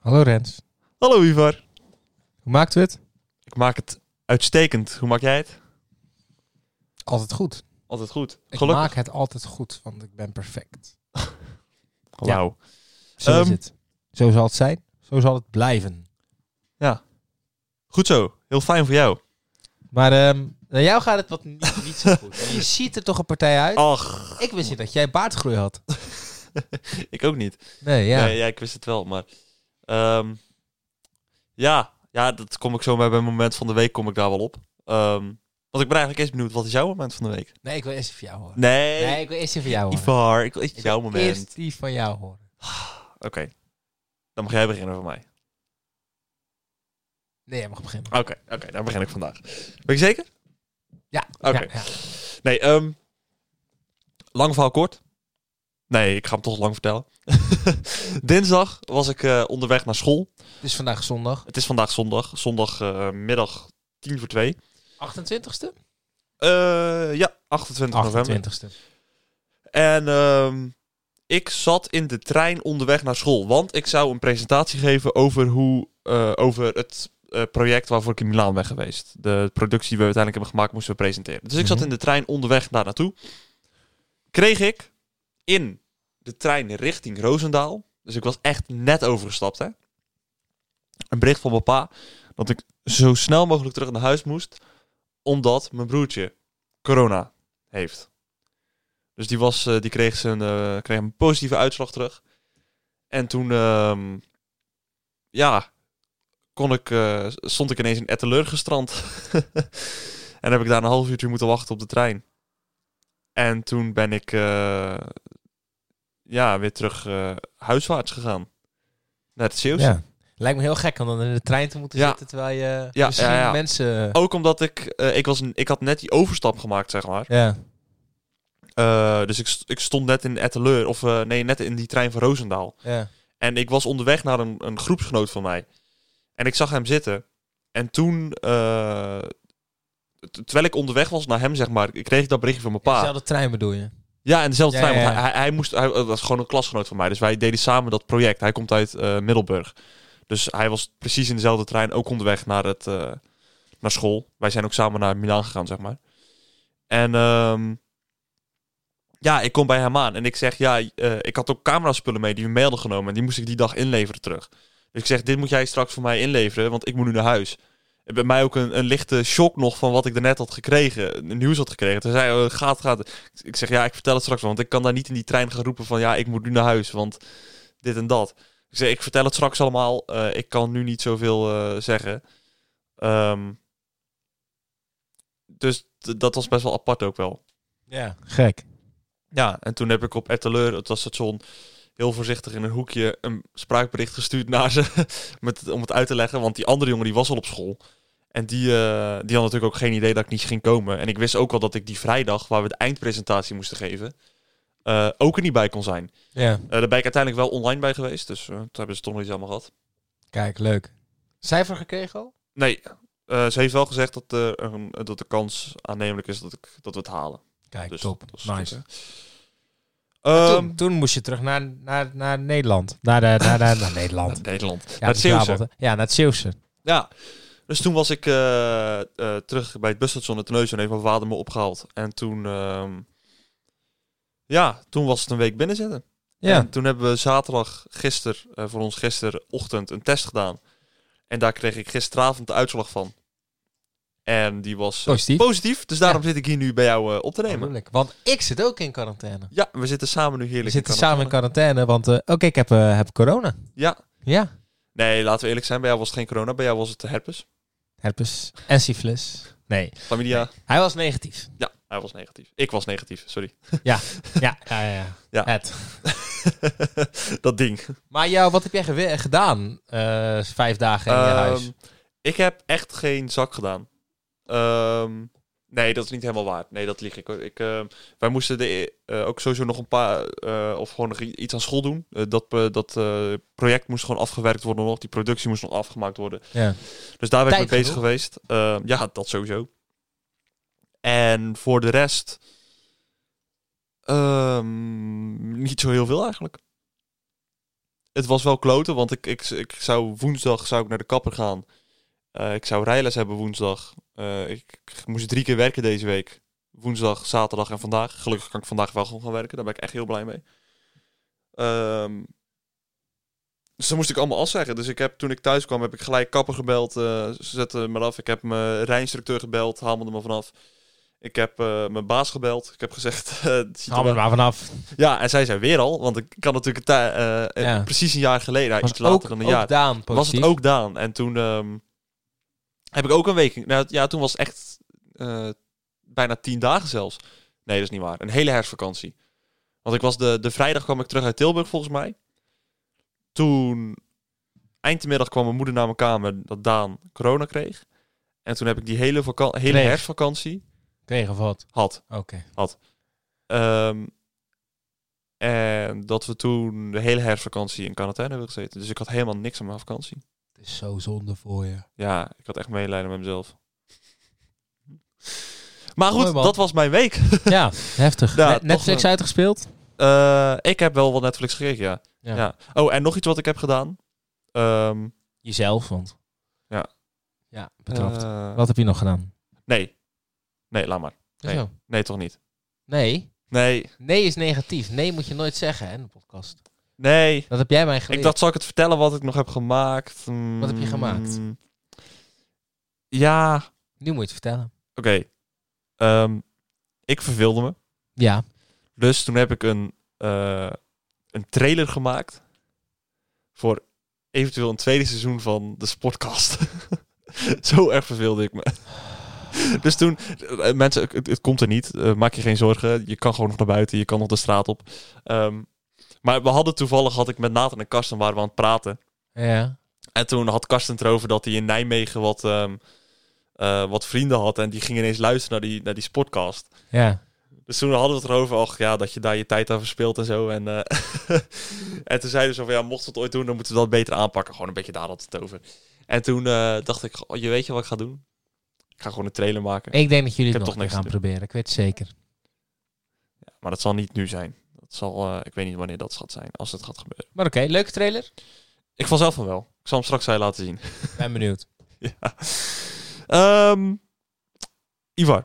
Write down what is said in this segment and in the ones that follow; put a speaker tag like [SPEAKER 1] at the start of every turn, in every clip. [SPEAKER 1] Hallo Rens.
[SPEAKER 2] Hallo Ivar.
[SPEAKER 1] Hoe maakt u het?
[SPEAKER 2] Ik maak het uitstekend. Hoe maak jij het?
[SPEAKER 1] Altijd goed.
[SPEAKER 2] Altijd goed.
[SPEAKER 1] Ik
[SPEAKER 2] Gelukkig.
[SPEAKER 1] maak het altijd goed, want ik ben perfect.
[SPEAKER 2] Wauw.
[SPEAKER 1] Zo is
[SPEAKER 2] Ehm,
[SPEAKER 1] het. Zo zal het zijn. Zo zal het blijven.
[SPEAKER 2] Goed zo. Heel fijn voor jou.
[SPEAKER 1] Maar ehm naar jou gaat het wat niet, niet zo goed. En je ziet er toch een partij uit.
[SPEAKER 2] Ach,
[SPEAKER 1] Ik wist niet dat jij baardgroei had.
[SPEAKER 2] ik ook niet.
[SPEAKER 1] Nee, ja.
[SPEAKER 2] Ja, ja ik wist het wel, maar... ehm, ja. ja, dat kom ik zo bij mijn moment van de week kom ik daar wel op. Ehm, want ik ben eigenlijk eerst benieuwd, wat is jouw moment van de week?
[SPEAKER 1] Nee, ik wil eerst die van jou horen.
[SPEAKER 2] Nee,
[SPEAKER 1] Nee, ik wil eerst die van jou horen.
[SPEAKER 2] Ivar, ik wil eerst
[SPEAKER 1] Ik
[SPEAKER 2] jouw
[SPEAKER 1] wil
[SPEAKER 2] moment.
[SPEAKER 1] Eerst die van jou horen.
[SPEAKER 2] Oké, dan mag jij beginnen voor mij.
[SPEAKER 1] Nee, jij mag beginnen.
[SPEAKER 2] Oké, oké, daar begin ik vandaag. Ben je zeker?
[SPEAKER 1] Ja.
[SPEAKER 2] Oké.
[SPEAKER 1] ja, ja.
[SPEAKER 2] Nee, ehm lang verhaal kort. Nee, ik ga hem toch lang vertellen. Dinsdag was ik eh, onderweg naar school.
[SPEAKER 1] Het is vandaag zondag.
[SPEAKER 2] Het is vandaag zondag. Zondagmiddag eh, tien voor twee.
[SPEAKER 1] 28ste?
[SPEAKER 2] Eh, ja, 28 november.
[SPEAKER 1] 28ste.
[SPEAKER 2] En ehm, ik zat in de trein onderweg naar school. Want ik zou een presentatie geven over, hoe, eh, over het eh, project waarvoor ik in Milaan ben geweest. De productie die we uiteindelijk hebben gemaakt moesten we presenteren. Dus ik zat
[SPEAKER 1] Mhm.
[SPEAKER 2] in de trein onderweg daar naartoe. Kreeg ik in de trein richting Roosendaal. Dus ik was echt net overgestapt, hè. Een bericht van mijn pa dat ik zo snel mogelijk terug naar huis moest. Omdat mijn broertje corona heeft. Dus die, was, eh, die kreeg, zijn, eh, kreeg een positieve uitslag terug. En toen, ehm, ja, kon ik, eh, stond ik ineens in Etteleur gestrand. en heb ik daar een half uurtje moeten wachten op de trein. En toen ben ik, eh, ja, weer terug eh, huiswaarts gegaan. Naar het Zeeuws.
[SPEAKER 1] Ja. Lijkt me heel gek om dan in de trein te moeten
[SPEAKER 2] Ja.
[SPEAKER 1] zitten terwijl je
[SPEAKER 2] Ja,
[SPEAKER 1] misschien
[SPEAKER 2] ja, ja.
[SPEAKER 1] mensen...
[SPEAKER 2] Ook omdat ik, eh, ik, was, een- ik had net die overstap gemaakt, zeg maar.
[SPEAKER 1] Ja.
[SPEAKER 2] Eh, dus ik, st- ik stond net in Etteleur, of eh, nee, net in die trein van Roosendaal.
[SPEAKER 1] Ja.
[SPEAKER 2] En ik was onderweg naar een, een groepsgenoot van mij. En ik zag hem zitten. En toen, eh, t- terwijl ik onderweg was naar hem, zeg maar, kreeg ik dat berichtje van mijn pa.
[SPEAKER 1] Dezelfde trein bedoel je?
[SPEAKER 2] Ja, in dezelfde
[SPEAKER 1] Ja,
[SPEAKER 2] trein.
[SPEAKER 1] ja,
[SPEAKER 2] Want
[SPEAKER 1] ja.
[SPEAKER 2] hij, hij, hij moest, hij dat was gewoon een klasgenoot van mij. Dus wij deden samen dat project. Hij komt uit eh, Middelburg. Dus hij was precies in dezelfde trein, ook onderweg naar, het, eh, naar school. Wij zijn ook samen naar Milaan gegaan, zeg maar. En ehm, ja, ik kom bij hem aan. En ik zeg, ja, eh, ik had ook cameraspullen mee die we mee hadden genomen. En die moest ik die dag inleveren terug. Dus ik zeg, dit moet jij straks voor mij inleveren, want ik moet nu naar huis. En bij mij ook een, een lichte shock nog van wat ik daarnet had gekregen. Een nieuws had gekregen. Toen zei hij, eh, gaat, gaat. Ik zeg, ja, ik vertel het straks wel. Want ik kan daar niet in die trein gaan roepen van... ja, ik moet nu naar huis, want dit en dat. Ik zeg, ik vertel het straks allemaal. eh, ik kan nu niet zoveel eh, zeggen. Ehm, dus d- dat was best wel apart ook wel.
[SPEAKER 1] Ja. Gek.
[SPEAKER 2] Ja, en toen heb ik op Etteleur, het was station... heel voorzichtig in een hoekje een spraakbericht gestuurd naar ze... met, om het uit te leggen, want die andere jongen die was al op school... En die, eh, die had natuurlijk ook geen idee dat ik niet ging komen. En ik wist ook wel dat ik die vrijdag, waar we de eindpresentatie moesten geven, eh, ook er niet bij kon zijn.
[SPEAKER 1] Ja.
[SPEAKER 2] Eh, daar ben ik uiteindelijk wel online bij geweest, dus eh toen hebben ze toch nog iets allemaal gehad.
[SPEAKER 1] Kijk, leuk. Cijfer gekregen al?
[SPEAKER 2] Nee, eh, ze heeft wel gezegd dat, eh, een- dat de kans aannemelijk is dat, ik, dat we het halen.
[SPEAKER 1] Kijk,
[SPEAKER 2] Dus
[SPEAKER 1] top.
[SPEAKER 2] dat is
[SPEAKER 1] Nice.
[SPEAKER 2] goed,
[SPEAKER 1] Maar
[SPEAKER 2] hè. Ehm,
[SPEAKER 1] toen, toen moest je terug naar, naar, naar Nederland. Naar, de, naar, naar, naar Nederland.
[SPEAKER 2] Nederland. Ja,
[SPEAKER 1] Ja,
[SPEAKER 2] het Zeeuwse.
[SPEAKER 1] Brabant, hè? Ja, naar het Zeeuwse.
[SPEAKER 2] Ja. Dus toen was ik eh, eh, terug bij het busstation in Terneuzen en heeft mijn vader me opgehaald. En toen, ehm, ja, toen was het een week binnenzitten.
[SPEAKER 1] Ja.
[SPEAKER 2] En toen hebben we zaterdag, gisteren, voor ons gisterochtend, een test gedaan. En daar kreeg ik gisteravond de uitslag van. En die was eh,
[SPEAKER 1] Positief. Oh,
[SPEAKER 2] positief. Dus daarom zit ik hier nu bij jou eh, op te nemen.
[SPEAKER 1] Moeilijk, Want ik zit ook in quarantaine.
[SPEAKER 2] Ja, we zitten samen nu heerlijk.
[SPEAKER 1] We
[SPEAKER 2] in
[SPEAKER 1] zitten
[SPEAKER 2] quarantaine.
[SPEAKER 1] samen in quarantaine, want eh, oké, ik heb, eh, heb corona.
[SPEAKER 2] Ja.
[SPEAKER 1] Ja.
[SPEAKER 2] Nee, laten we eerlijk zijn. Bij jou was het geen corona. Bij jou was het herpes.
[SPEAKER 1] Herpes en syphilis. Nee.
[SPEAKER 2] Chlamydia.
[SPEAKER 1] Hij was negatief.
[SPEAKER 2] Ja, hij was negatief. Ik was negatief, sorry.
[SPEAKER 1] Ja, ja, ja. ja.
[SPEAKER 2] Ja.
[SPEAKER 1] Het.
[SPEAKER 2] dat ding.
[SPEAKER 1] Maar jou, wat heb jij gewe- gedaan eh, vijf dagen in je
[SPEAKER 2] Ehm,
[SPEAKER 1] huis?
[SPEAKER 2] Ik heb echt geen zak gedaan. Ehm, nee, dat is niet helemaal waar. Nee, dat lieg ik. hoor. ik ehm, wij moesten de, eh, ook sowieso nog een paar... eh, of gewoon nog i- iets aan school doen. Eh, dat eh, dat eh, project moest gewoon afgewerkt worden nog. Die productie moest nog afgemaakt worden.
[SPEAKER 1] Ja.
[SPEAKER 2] Dus daar ben ik
[SPEAKER 1] Tijd
[SPEAKER 2] mee bezig
[SPEAKER 1] genoeg.
[SPEAKER 2] geweest. Ehm, ja, dat sowieso. En voor de rest... ehm, niet zo heel veel eigenlijk. Het was wel kloten, want ik, ik, ik zou woensdag zou ik naar de kapper gaan. Eh, ik zou rijles hebben woensdag. Eh, ik, ik moest drie keer werken deze week. Woensdag, zaterdag en vandaag. Gelukkig kan ik vandaag wel gewoon gaan werken. Daar ben ik echt heel blij mee. Ehm, dus dan moest ik allemaal afzeggen. Dus ik heb, toen ik thuis kwam, heb ik gelijk kapper gebeld. eh, ze zetten me af. Ik heb mijn rijinstructeur gebeld. Haal me er maar vanaf. Ik heb eh, mijn baas gebeld. Ik heb gezegd... eh, ziet er
[SPEAKER 1] Haal me
[SPEAKER 2] wel-
[SPEAKER 1] er maar vanaf.
[SPEAKER 2] ja, en zij zei weer al, want ik kan natuurlijk een tij- eh, eh,
[SPEAKER 1] Ja.
[SPEAKER 2] precies een jaar geleden, nou,
[SPEAKER 1] Was
[SPEAKER 2] iets later
[SPEAKER 1] ook,
[SPEAKER 2] dan een
[SPEAKER 1] ook
[SPEAKER 2] jaar,
[SPEAKER 1] Daan
[SPEAKER 2] was
[SPEAKER 1] positief.
[SPEAKER 2] het ook Daan. En toen ehm, heb ik ook een week, nou, ja, toen was het echt eh, bijna tien dagen zelfs. Nee, dat is niet waar. Een hele herfstvakantie. Want ik was de, de vrijdag kwam ik terug uit Tilburg volgens mij. Toen, eind de middag kwam mijn moeder naar mijn kamer dat Daan corona kreeg. En toen heb ik die hele, vakan- hele
[SPEAKER 1] Kreeg.
[SPEAKER 2] herfstvakantie
[SPEAKER 1] Kreeg of wat?
[SPEAKER 2] had.
[SPEAKER 1] Oké.
[SPEAKER 2] Ehm, en dat we toen de hele herfstvakantie in quarantaine hebben gezeten. Dus ik had helemaal niks aan mijn vakantie.
[SPEAKER 1] Het is zo zonde voor je.
[SPEAKER 2] Ja, ik had echt medelijden met mezelf. Maar goed,
[SPEAKER 1] Mooi, man.
[SPEAKER 2] dat was mijn week.
[SPEAKER 1] Ja, heftig.
[SPEAKER 2] Ja,
[SPEAKER 1] Net- Netflix
[SPEAKER 2] toch wel.
[SPEAKER 1] uitgespeeld?
[SPEAKER 2] Eh, ik heb wel wat Netflix gekeken, ja.
[SPEAKER 1] Ja.
[SPEAKER 2] ja. Oh, en nog iets wat ik heb gedaan. Ehm,
[SPEAKER 1] Jezelf, want...
[SPEAKER 2] Ja.
[SPEAKER 1] Ja, betrapt.
[SPEAKER 2] eh,
[SPEAKER 1] Wat heb je nog gedaan?
[SPEAKER 2] Nee. Nee, laat maar. Nee.
[SPEAKER 1] Hoezo?
[SPEAKER 2] Nee, toch niet.
[SPEAKER 1] Nee.
[SPEAKER 2] Nee,
[SPEAKER 1] Nee is negatief. Nee moet je nooit zeggen hè, in de podcast.
[SPEAKER 2] nee.
[SPEAKER 1] Dat heb jij mij geleerd.
[SPEAKER 2] Ik dacht, zal ik het vertellen wat ik nog heb gemaakt? Hmm.
[SPEAKER 1] Wat heb je gemaakt?
[SPEAKER 2] Mm. Ja,
[SPEAKER 1] Nu moet je het vertellen.
[SPEAKER 2] Oké. Ehm, ik verveelde me.
[SPEAKER 1] Ja.
[SPEAKER 2] Dus toen heb ik een, eh, een trailer gemaakt. Voor eventueel een tweede seizoen van de Sportcast. Zo erg verveelde ik me. dus toen, eh, mensen, het, het komt er niet. Eh, maak je geen zorgen. Je kan gewoon nog naar buiten. Je kan nog de straat op. Ehm, maar we hadden toevallig, had ik met Nathan en Karsten, waren we aan het praten.
[SPEAKER 1] Ja.
[SPEAKER 2] En toen had Karsten het erover dat hij in Nijmegen wat, ehm, eh, wat vrienden had. En die gingen ineens luisteren naar die, naar die sportcast.
[SPEAKER 1] Ja.
[SPEAKER 2] Dus toen hadden we het erover, ach ja, dat je daar je tijd aan verspilt en zo. En, eh, en toen zeiden ze van, ja, mochten we het ooit doen, dan moeten we dat beter aanpakken. Gewoon een beetje daar had het over. En toen eh, dacht ik, oh, je weet je wat ik ga doen? Ik ga gewoon een trailer maken.
[SPEAKER 1] Ik denk dat jullie
[SPEAKER 2] Ik heb
[SPEAKER 1] het nog
[SPEAKER 2] toch
[SPEAKER 1] een keer
[SPEAKER 2] niks
[SPEAKER 1] gaan
[SPEAKER 2] te
[SPEAKER 1] proberen. Ik weet het zeker.
[SPEAKER 2] Maar dat zal niet nu zijn. Dat zal, eh, ik weet niet wanneer dat gaat zijn, als het gaat gebeuren.
[SPEAKER 1] Maar oké, leuke trailer.
[SPEAKER 2] Ik vanzelf van wel. Ik zal hem straks aan je laten zien.
[SPEAKER 1] Ben benieuwd.
[SPEAKER 2] ja. Ehm, Ivar,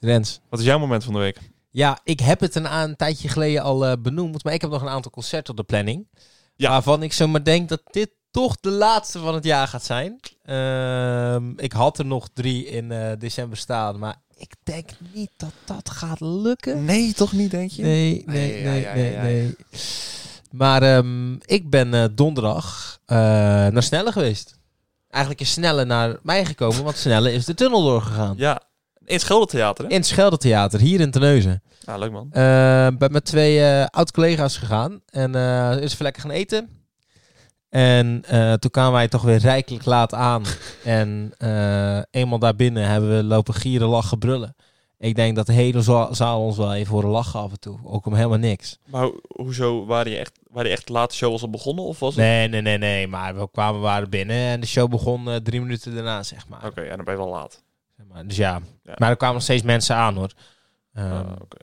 [SPEAKER 1] Rens.
[SPEAKER 2] wat is jouw moment van de week?
[SPEAKER 1] Ja, ik heb het een, a- een tijdje geleden al eh, benoemd, maar ik heb nog een aantal concerten op de planning.
[SPEAKER 2] Ja.
[SPEAKER 1] Waarvan ik zomaar denk dat dit toch de laatste van het jaar gaat zijn. Ehm, ik had er nog drie in eh, december staan, maar ik denk niet dat dat gaat lukken.
[SPEAKER 2] Nee, toch niet, denk je?
[SPEAKER 1] Nee, nee,
[SPEAKER 2] Nee, ja,
[SPEAKER 1] nee,
[SPEAKER 2] ja,
[SPEAKER 1] nee,
[SPEAKER 2] ja, ja.
[SPEAKER 1] nee. Maar ehm, ik ben eh, donderdag eh, naar Snelle geweest. Eigenlijk is Snelle naar mij gekomen, want Snelle is de tunnel doorgegaan.
[SPEAKER 2] Ja, in het Schildertheater, hè?
[SPEAKER 1] In het Scheldetheater, hier in Teneuzen.
[SPEAKER 2] Ja, leuk man.
[SPEAKER 1] Eh, ben met twee eh, oud-collega's gegaan. En eh is even lekker gaan eten. En eh, toen kwamen wij toch weer rijkelijk laat aan. en eh, eenmaal daarbinnen hebben we lopen gieren, lachen, brullen. Ik denk dat de hele za- zaal ons wel even horen lachen af en toe. Ook om helemaal niks.
[SPEAKER 2] Maar ho- hoezo, waren je echt, waren je echt de laatste show was al begonnen? Of was het...
[SPEAKER 1] Nee, nee, nee, nee. Maar we kwamen we waren binnen en de show begon eh, drie minuten daarna, zeg maar.
[SPEAKER 2] Oké, ja, dan ben je wel laat.
[SPEAKER 1] Zeg maar, Dus ja.
[SPEAKER 2] Ja.
[SPEAKER 1] Maar er kwamen nog steeds mensen aan, hoor. Ehm,
[SPEAKER 2] Ah, oké.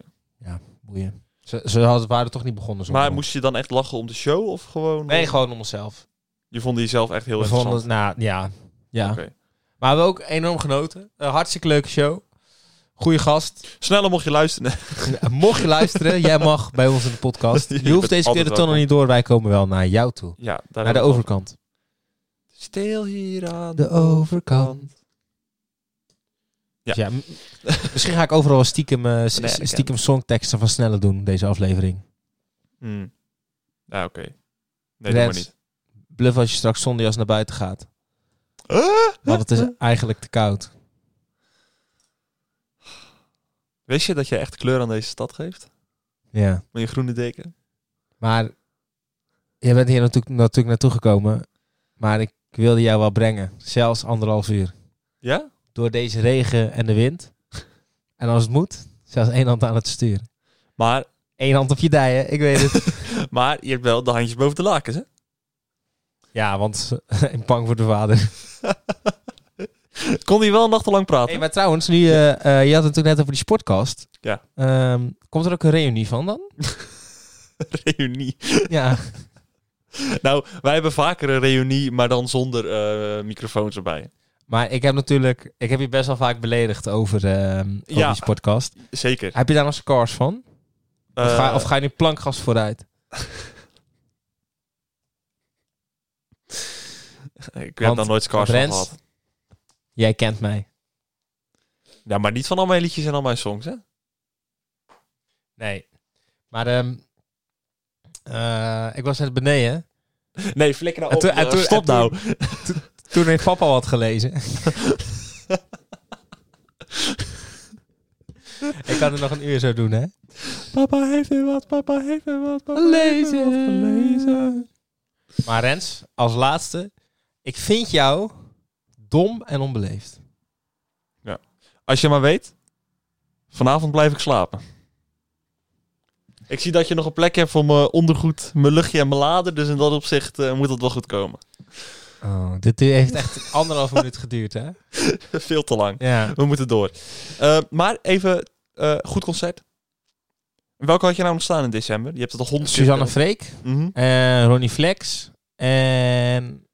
[SPEAKER 1] boeien. Ze, ze hadden, waren toch niet begonnen zo.
[SPEAKER 2] Maar moest je dan echt lachen om de show of gewoon... eh,
[SPEAKER 1] Nee, gewoon om onszelf.
[SPEAKER 2] Je vond die zelf echt heel
[SPEAKER 1] We vonden
[SPEAKER 2] interessant?
[SPEAKER 1] het, nou, ja. ja.
[SPEAKER 2] Oké.
[SPEAKER 1] Maar we hebben ook enorm genoten. Een hartstikke leuke show. Goeie gast.
[SPEAKER 2] Sneller mocht je luisteren.
[SPEAKER 1] Mocht je luisteren, jij mag bij ons in de podcast.
[SPEAKER 2] Je
[SPEAKER 1] Je
[SPEAKER 2] bent
[SPEAKER 1] hoeft deze keer
[SPEAKER 2] altijd
[SPEAKER 1] de tunnel
[SPEAKER 2] welkom.
[SPEAKER 1] niet door. Wij komen wel naar jou toe.
[SPEAKER 2] ja, daar
[SPEAKER 1] Naar de
[SPEAKER 2] hebben we het
[SPEAKER 1] overkant.
[SPEAKER 2] al. Stil hier aan
[SPEAKER 1] De overkant.
[SPEAKER 2] Ja.
[SPEAKER 1] Dus ja, m- misschien ga ik overal wel stiekem, eh, s-
[SPEAKER 2] Nee, dat
[SPEAKER 1] stiekem songteksten van Snelle doen, deze aflevering.
[SPEAKER 2] Hmm. Ja, oké. Nee, doe
[SPEAKER 1] Rens.
[SPEAKER 2] maar niet.
[SPEAKER 1] Bluff als je straks zonder jas naar buiten gaat.
[SPEAKER 2] Ah!
[SPEAKER 1] Want het is eigenlijk te koud.
[SPEAKER 2] Wist je dat je echt kleur aan deze stad geeft?
[SPEAKER 1] Ja.
[SPEAKER 2] Met je groene deken?
[SPEAKER 1] Maar je bent hier natuurlijk, natuurlijk naartoe gekomen. Maar ik wilde jou wel brengen. Zelfs anderhalf uur.
[SPEAKER 2] Ja?
[SPEAKER 1] door deze regen en de wind. En als het moet, zelfs één hand aan het stuur.
[SPEAKER 2] Maar,
[SPEAKER 1] Eén hand op je dijen, ik weet het.
[SPEAKER 2] maar je hebt wel de handjes boven de lakens, hè?
[SPEAKER 1] ja, want eh, ik bang voor de vader.
[SPEAKER 2] Kon hij wel nachtenlang praten?
[SPEAKER 1] Hey, maar trouwens, nu, eh, eh, je had het natuurlijk net over die sportkast.
[SPEAKER 2] Ja.
[SPEAKER 1] Ehm, komt er ook een reunie van dan?
[SPEAKER 2] reunie.
[SPEAKER 1] Ja,
[SPEAKER 2] Nou, wij hebben vaker een reunie, maar dan zonder eh, microfoons erbij.
[SPEAKER 1] maar ik heb natuurlijk... Ik heb je best wel vaak beledigd over, eh over
[SPEAKER 2] Ja.
[SPEAKER 1] deze podcast.
[SPEAKER 2] Zeker.
[SPEAKER 1] Heb je daar nog scars van? of, ga,
[SPEAKER 2] Eh,
[SPEAKER 1] of ga je nu plankgas vooruit?
[SPEAKER 2] ik heb
[SPEAKER 1] want-
[SPEAKER 2] daar nooit scars van
[SPEAKER 1] Rens?
[SPEAKER 2] gehad.
[SPEAKER 1] Jij kent mij.
[SPEAKER 2] Ja, maar niet van al mijn liedjes en al mijn songs, hè?
[SPEAKER 1] Nee. Maar ehm, eh, ik was net beneden.
[SPEAKER 2] Nee, flikker nou
[SPEAKER 1] En
[SPEAKER 2] op.
[SPEAKER 1] toen- en
[SPEAKER 2] eh,
[SPEAKER 1] toen-
[SPEAKER 2] stop
[SPEAKER 1] en toen-
[SPEAKER 2] nou.
[SPEAKER 1] Toen heeft papa wat gelezen. ik kan het nog een uur zo doen, hè?
[SPEAKER 2] Papa heeft weer wat, papa heeft weer wat, papa heeft weer wat
[SPEAKER 1] Gelezen. Maar Rens, als laatste. Ik vind jou dom en onbeleefd.
[SPEAKER 2] Als je maar weet, vanavond blijf ik slapen. Ik zie dat je nog een plek hebt voor mijn ondergoed, mijn luchtje en mijn lader. Dus in dat opzicht eh, moet het wel goed komen.
[SPEAKER 1] Oh, dit heeft echt anderhalf minuut geduurd, hè?
[SPEAKER 2] Veel te lang.
[SPEAKER 1] Ja.
[SPEAKER 2] We moeten door. Eh, maar even, eh, goed concert. Welke had je nou nog staan in december? Je hebt het al honderd keer
[SPEAKER 1] Suzanne
[SPEAKER 2] verteld.
[SPEAKER 1] Freek,
[SPEAKER 2] Mhm.
[SPEAKER 1] eh, Ronnie Flex en...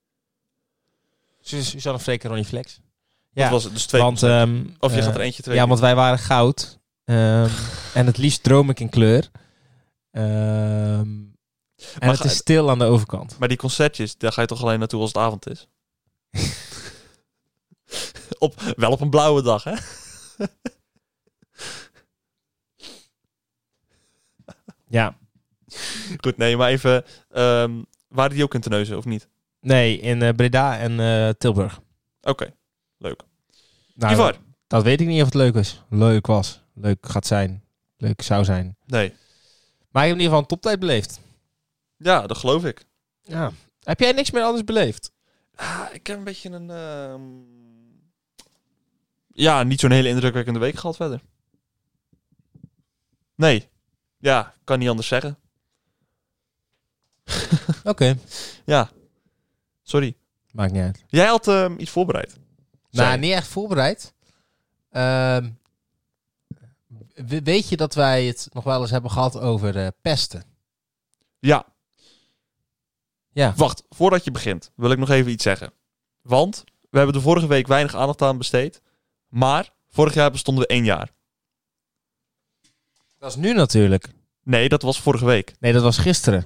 [SPEAKER 1] Su- Suzanne Freek en Ronnie Flex.
[SPEAKER 2] Dat
[SPEAKER 1] Ja,
[SPEAKER 2] was het, dus twee.
[SPEAKER 1] want... ehm,
[SPEAKER 2] of je
[SPEAKER 1] eh,
[SPEAKER 2] gaat er eentje twee.
[SPEAKER 1] Ja, want wij waren goud. Ehm, en het liefst droom ik in kleur. Ehm, en
[SPEAKER 2] Maar
[SPEAKER 1] het
[SPEAKER 2] ga-
[SPEAKER 1] is stil aan de overkant.
[SPEAKER 2] Maar die concertjes, daar ga je toch alleen naartoe als het avond is? op, wel op een blauwe dag, hè?
[SPEAKER 1] Ja.
[SPEAKER 2] Goed, nee, maar even... ehm, waren die ook in Teneuzen, of niet?
[SPEAKER 1] Nee, in eh, Breda en eh, Tilburg.
[SPEAKER 2] Oké,
[SPEAKER 1] Nou,
[SPEAKER 2] Ivar?
[SPEAKER 1] Dat weet ik niet of het leuk is. Leuk was. Leuk gaat zijn. Leuk zou zijn.
[SPEAKER 2] Nee.
[SPEAKER 1] Maar ik heb in ieder geval een toptijd beleefd.
[SPEAKER 2] Ja, dat geloof ik.
[SPEAKER 1] Ja. Heb jij niks meer anders beleefd?
[SPEAKER 2] Ah, ik heb een beetje een... ehm, Ja, niet zo'n hele indrukwekkende week gehad verder. Nee. Ja, kan niet anders zeggen.
[SPEAKER 1] Oké.
[SPEAKER 2] Ja. Sorry.
[SPEAKER 1] Maakt niet uit.
[SPEAKER 2] Jij had ehm, iets voorbereid. Zei
[SPEAKER 1] Nou,
[SPEAKER 2] je.
[SPEAKER 1] niet echt voorbereid. Ehm, we- weet je dat wij het nog wel eens hebben gehad over eh, pesten?
[SPEAKER 2] Ja,
[SPEAKER 1] Ja.
[SPEAKER 2] Wacht, voordat je begint wil ik nog even iets zeggen. Want we hebben de vorige week weinig aandacht aan besteed. Maar vorig jaar bestonden we één jaar.
[SPEAKER 1] Dat is nu natuurlijk.
[SPEAKER 2] Nee, dat was vorige week.
[SPEAKER 1] Nee, dat was gisteren.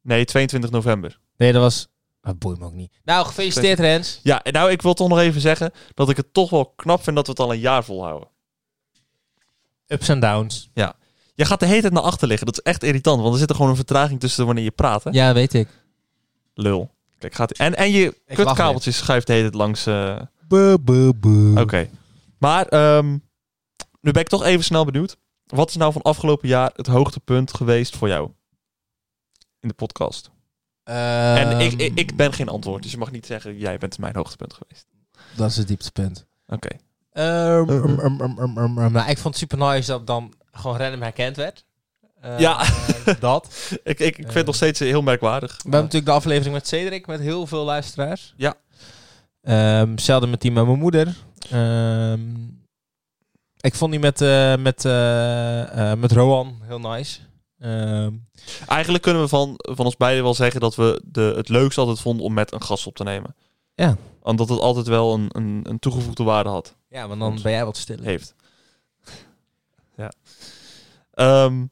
[SPEAKER 2] Nee, 22 november.
[SPEAKER 1] Nee, dat was... Dat boeit me ook niet. Nou, gefeliciteerd Rens.
[SPEAKER 2] Ja, en nou, ik wil toch nog even zeggen dat ik het toch wel knap vind dat we het al een jaar volhouden.
[SPEAKER 1] Ups en downs.
[SPEAKER 2] Je gaat de hele tijd naar achter liggen. Dat is echt irritant, want er zit er gewoon een vertraging tussen wanneer je praat. Hè?
[SPEAKER 1] Ja, weet ik.
[SPEAKER 2] Lul. Kijk, gaat en, en je
[SPEAKER 1] lach
[SPEAKER 2] kutkabeltjes schuift de hele tijd langs. eh,
[SPEAKER 1] Hm.
[SPEAKER 2] Oké. Maar ehm, nu ben ik toch even snel benieuwd. Wat is nou van afgelopen jaar het hoogtepunt geweest voor jou? In de podcast.
[SPEAKER 1] Ehm,
[SPEAKER 2] en ik, ik, ik ben geen antwoord, dus je mag niet zeggen... jij bent mijn hoogtepunt geweest.
[SPEAKER 1] Dat is het dieptepunt.
[SPEAKER 2] Oké.
[SPEAKER 1] Ehm, ehm, ehm, ehm, ehm, ehm. Nou, ik vond het super nice dat dan gewoon random herkend werd. Eh,
[SPEAKER 2] Ja.
[SPEAKER 1] eh, dat. We
[SPEAKER 2] Ik, ik, ik vind
[SPEAKER 1] Eh.
[SPEAKER 2] het nog steeds heel merkwaardig.
[SPEAKER 1] hebben natuurlijk de aflevering met Cedric, met heel veel luisteraars.
[SPEAKER 2] Ja.
[SPEAKER 1] Ehm, zelden met die met mijn moeder. Ehm, ik vond die met, eh, met, eh, eh, met Roan heel nice. Ehm,
[SPEAKER 2] Eigenlijk kunnen we van, van ons beiden wel zeggen... dat we de, het leukst altijd vonden om met een gast op te nemen.
[SPEAKER 1] Ja.
[SPEAKER 2] Omdat het altijd wel een, een, een toegevoegde waarde had.
[SPEAKER 1] ja, want dan ben jij wat stiller.
[SPEAKER 2] Heeft. ja. Ehm,